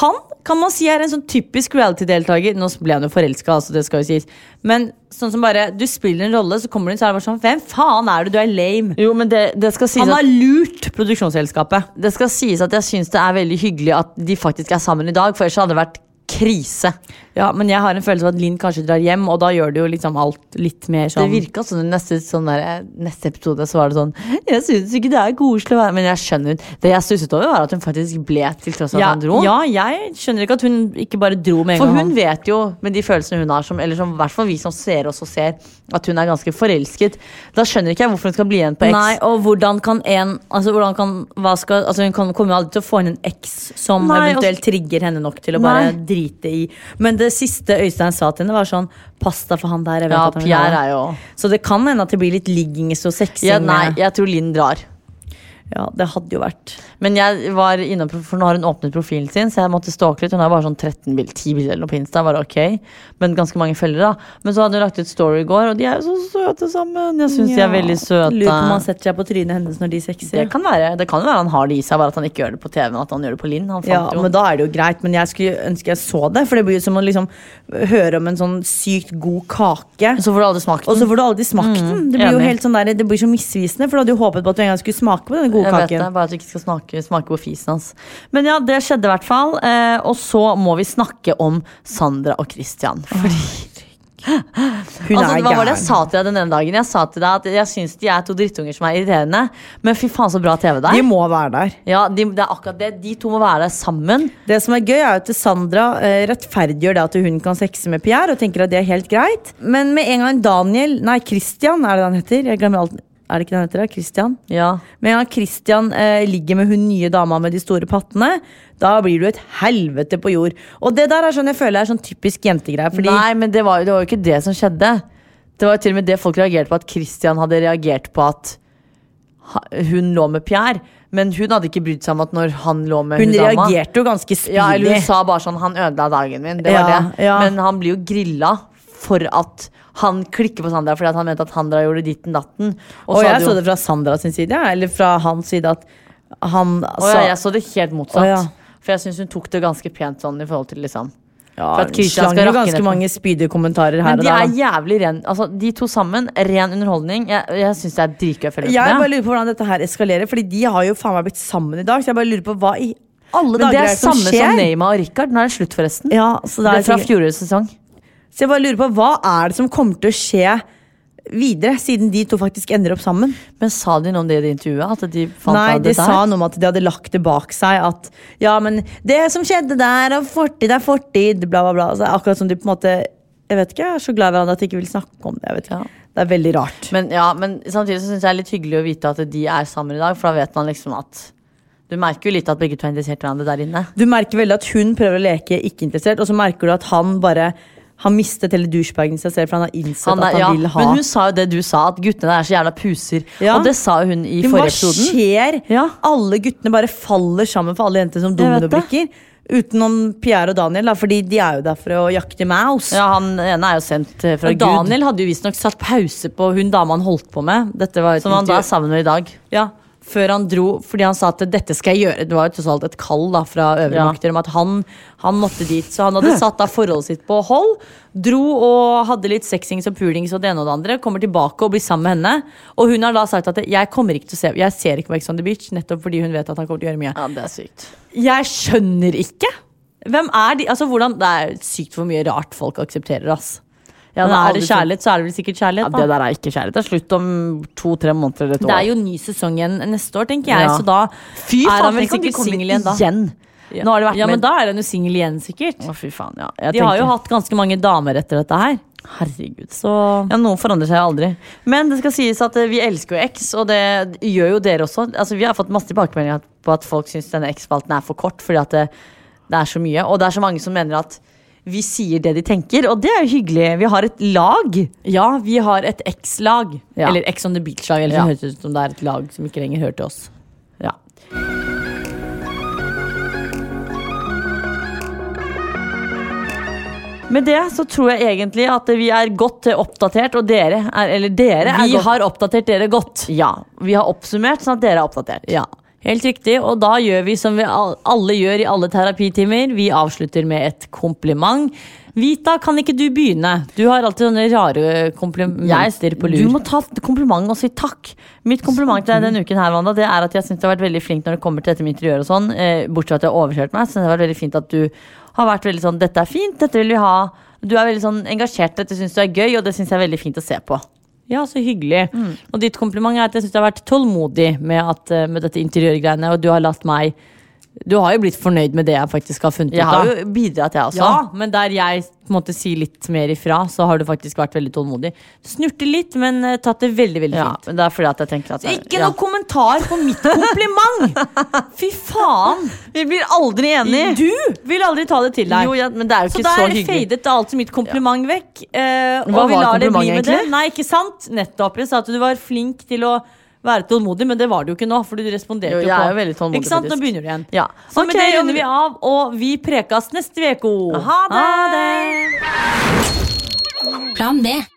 han kan man si er en sånn typisk reality-deltaker. Nå ble han jo forelska, altså, det skal jo sies. Men sånn som bare Du spiller en rolle, så kommer du inn, så er det bare sånn Hvem faen er du? Du er lame.
Jo, men det, det, skal sies
Han
at,
har lurt produksjonsselskapet.
det skal sies at jeg syns det er veldig hyggelig at de faktisk er sammen i dag, for ellers hadde det vært krise.
Ja, men jeg har en følelse av at Linn kanskje drar hjem, og da gjør det jo liksom alt litt mer
Det
sånn
virka som i neste, sånn der, neste episode så var det sånn Jeg syns ikke det er koselig å være Men jeg skjønner hun Det jeg stusset over, var at hun faktisk ble til tross for at
ja,
han dro.
ja, jeg skjønner ikke at hun ikke bare dro med en
For
gang.
hun vet jo, med de følelsene hun har, som, eller som i hvert fall vi som ser også ser, at hun er ganske forelsket. Da skjønner ikke jeg hvorfor hun skal bli igjen på X.
Nei, og hvordan kan en altså, hvordan kan, hva skal, altså, Hun kan, kommer jo aldri til å få inn en eks som
Nei, og-
eventuelt trigger henne nok til å bare
Nei.
drite i. Men det siste Øystein sa til henne, var sånn Pass deg for han der. Jeg vet
ja,
at han vil ha
Pierre
deg».
er jo
Så det kan hende at det blir litt liggings og sexing.
ja, Nei,
med-
jeg tror Linn drar. Ja, det hadde jo vært
Men jeg var inne på, for nå har hun åpnet profilen sin, så jeg måtte stalke litt. Hun har bare sånn 13 bilder, 10 bilder eller noe på Insta. Bare ok, men ganske mange følgere, da. Men så hadde hun lagt ut story i går, og de er jo så søte sammen. Jeg syns de er veldig
Lurer på om han
søte.
setter seg på trynet hennes når de sexer.
Det kan være det kan jo være han har det i seg, bare at han ikke gjør det på TV, men at han gjør det på Linn. Han fant
Ja,
jo
men da er det jo greit, men jeg skulle ønske jeg så det. For det blir jo som å liksom høre om en sånn sykt god kake.
Så får du aldri smakt
Og
den. Mm,
så får du aldri smakt den. Det blir jo
enig.
helt sånn der, det blir så misvisende, for du hadde jo håpet på at du en gang skulle smake på denne gode
Jeg vet det,
kaken.
bare at du ikke skal smake, smake på fisen hans. Men ja, det skjedde i hvert fall. Eh, og så må vi snakke om Sandra og Christian. Fordi
Hun
altså,
er
hva var det jeg
gæren.
sa til deg den ene dagen? Jeg sa til deg at jeg syns de er to drittunger som er irriterende, men fy faen så bra TV det
De
er.
må være der.
Ja, de, det er akkurat det. De to må være der sammen.
Det som er gøy, er jo at Sandra eh, rettferdiggjør det at hun kan sexe med Pierre, og tenker at det er helt greit. Men med en gang Daniel, nei, Christian er det han heter. Jeg glemmer alt. Er det ikke det han heter? da? Christian?
Ja.
Med en gang Christian eh, ligger med hun nye dama med de store pattene, da blir du et helvete på jord. Og det der er sånn jeg føler er sånn typisk jentegreie. Fordi
Nei, men det var, jo- det var jo ikke det som skjedde. Det var jo til og med det folk reagerte på, at Christian hadde reagert på at ha- hun lå med Pierre. Men hun hadde ikke brydd seg om at når han lå med
hun
hun dama-
reagerte jo ganske speedy.
Ja, eller hun sa bare sånn 'han ødela dagen min'. Det var
Ja,
det.
ja.
Men han blir jo grilla for at han klikker på Sandra fordi at han mente at Sandra gjorde ditten datten.
og
hadde
jeg
jo-
så det fra Sandra sin side, ja, eller fra hans side, at han
Å
sa
ja, jeg så det helt motsatt.
Å ja.
For jeg syns hun tok det ganske pent sånn i forhold til liksom
ja,
for at Christian
slang
skal
jo
rakke ned
ganske
på-
mange spydige kommentarer her
Men
og
de
der.
er
da.
jævlig ren Altså, de to sammen, ren underholdning. Jeg, jeg syns det er dritgøy å følge
Jeg
med på
bare
det.
lurer på hvordan dette her eskalerer, Fordi de har jo faen meg blitt sammen i dag. Så jeg bare lurer på hva i alle
Men
dager
det
er
er
det som
samme
skjer?
som Neymar og Richard. Nå er det slutt, forresten.
ja, så
det
det
er fra
sikkert-
fjorårets sesong.
Så jeg bare lurer på, hva er det som kommer til å skje videre, siden de to faktisk ender opp sammen?
Men sa de noe om det i det intervjuet? At de fant
Nei,
av
de
det der?
sa noe om at de hadde lagt det bak seg. At ja, men det som skjedde der, og fortid er fortid, bla, bla, bla. Altså, akkurat som de på en måte Jeg vet ikke, jeg er så glad i hverandre at de ikke vil snakke om det. Jeg vet ikke.
Ja.
Det er veldig rart.
Men, ja, men samtidig så syns jeg det er litt hyggelig å vite at de er sammen i dag, for da vet man liksom at Du merker jo litt at begge to er interessert i hverandre der inne.
Du merker veldig at hun prøver å leke ikke interessert, og så merker du at han bare har mistet hele douchebagen i seg selv, for han har innsett
Han er,
at han
ja,
vil ha
Men hun sa jo det du sa, at guttene der er så jævla puser.
Ja.
Og det sa jo hun i
Men
forrige
Hva
episoden.
skjer?
Ja.
Alle guttene bare faller sammen for alle jenter som
Jeg vet det.
dominobrikker. Utenom Pierre og Daniel, da, fordi de er jo der for å jakte mouse.
Ja, han ene er jo sendt eh, fra
Og
Gud.
Daniel hadde jo visstnok satt pause på hun dama han holdt på med. Dette var jo et
Som han da
intervju-
er sammen med i dag.
ja, Før han dro, fordi han sa at 'dette skal jeg gjøre'. Det var jo tross alt et kall da fra øvrige
Ja.
makter om at han, han måtte dit. Så han hadde satt da forholdet sitt på hold. Dro og hadde litt sexings og pulings og det ene og det andre. Kommer tilbake og blir sammen med henne. Og hun har da sagt at 'jeg kommer ikke til å se Jeg ser ikke på Ex on the Beach', nettopp fordi hun vet at han kommer til å gjøre mye.
Ja, det er sykt.
Jeg skjønner ikke! Hvem er de? Altså, hvordan, det er sykt hvor mye rart folk aksepterer. ass
Ja,
Men
det er
er det
aldri så-
kjærlighet, så er det vel sikkert
Ja,
kjærlighet. da.
det der er ikke kjærlighet. Det er slutt om to-tre måneder eller et år.
Det er jo ny sesong igjen neste år, tenker jeg.
Ja.
Så da
Fy
er
faen,
han vel
tenk om de
sikkert
kommer
singel igjen da.
igjen. Nå har det vært
Ja, men
med-
da er han jo singel igjen, sikkert.
Å, fy faen, ja. Jeg
De har
tenker-
jo hatt ganske mange damer etter dette her.
Herregud.
Så
Ja, Noen forandrer seg aldri. Men det skal sies at eh, vi elsker jo X, og det gjør jo dere også. Altså, Vi har fått masse tilbakemeldinger på at folk syns denne X-spalten er for kort, fordi at det, det er så mye. Og det er så mange som mener at vi sier det de tenker, og det er jo hyggelig. Vi har et lag.
ja, vi har et X-lag.
Ja.
Eller X on the Beach-lag, eller så
Ja.
høres det ut som det er et lag som ikke lenger hører til oss.
Ja. Med det så tror jeg egentlig at vi er godt eh, oppdatert, og dere er Eller dere er
Vi
godt
har oppdatert dere godt.
Ja. Vi har oppsummert, sånn at dere er oppdatert.
Ja, helt riktig. Og da gjør vi som vi al- alle gjør i alle terapitimer. Vi avslutter med et kompliment. Vita, kan ikke du begynne? Du har alltid sånne rare komplimenter på lur.
Du må ta kompliment og si takk. Mitt kompliment til deg denne uken her, Wanda, det er at jeg syns du har vært veldig flink når det kommer til dette med interiør og sånn. Eh, bortsett fra at du har overkjørt meg, syns det har vært veldig fint at du har vært veldig sånn Dette er fint, dette vil vi ha. Du er veldig sånn engasjert, dette syns du er gøy, og det syns jeg er veldig fint å se på. Mm.
Ja, så hyggelig. Og ditt kompliment er at jeg syns du har vært tålmodig med, at, eh, med dette interiørgreiene, og du har latt meg Du har jo blitt fornøyd med det jeg faktisk har funnet
Jeg
ut
har
av.
jo bidratt, jeg også.
Ja, men der jeg måtte si litt mer ifra, så har du faktisk vært veldig tålmodig. Snurte litt, men eh, tatt det veldig, veldig
Ja,
fint.
men det er fordi at jeg tenker at jeg-
Ikke
ja.
noe kommentar på mitt
[LAUGHS]
kompliment! Fy faen!
Vi blir aldri enige!
Du vil aldri ta det til deg.
Jo, ja, men det er jo
så
ikke så,
der
hyggelig.
fadet altså mitt kompliment vekk. eh,
Hva
og vi
var
lar det bli
komplimentet
med det.
egentlig?
Nei, ikke sant? Nettopp. Jeg sa at du var flink til å
være tålmodig, men det var det jo ikke nå. For du responderte
Jo,
jo,
jeg
på
er jo veldig tålmodig,
Ikke sant?
faktisk.
Nå begynner du igjen.
Ja.
Så
Ok,
med det
om-
runder vi av, og vi prekes neste uke.
Ha det!
Ha det!
Plan B.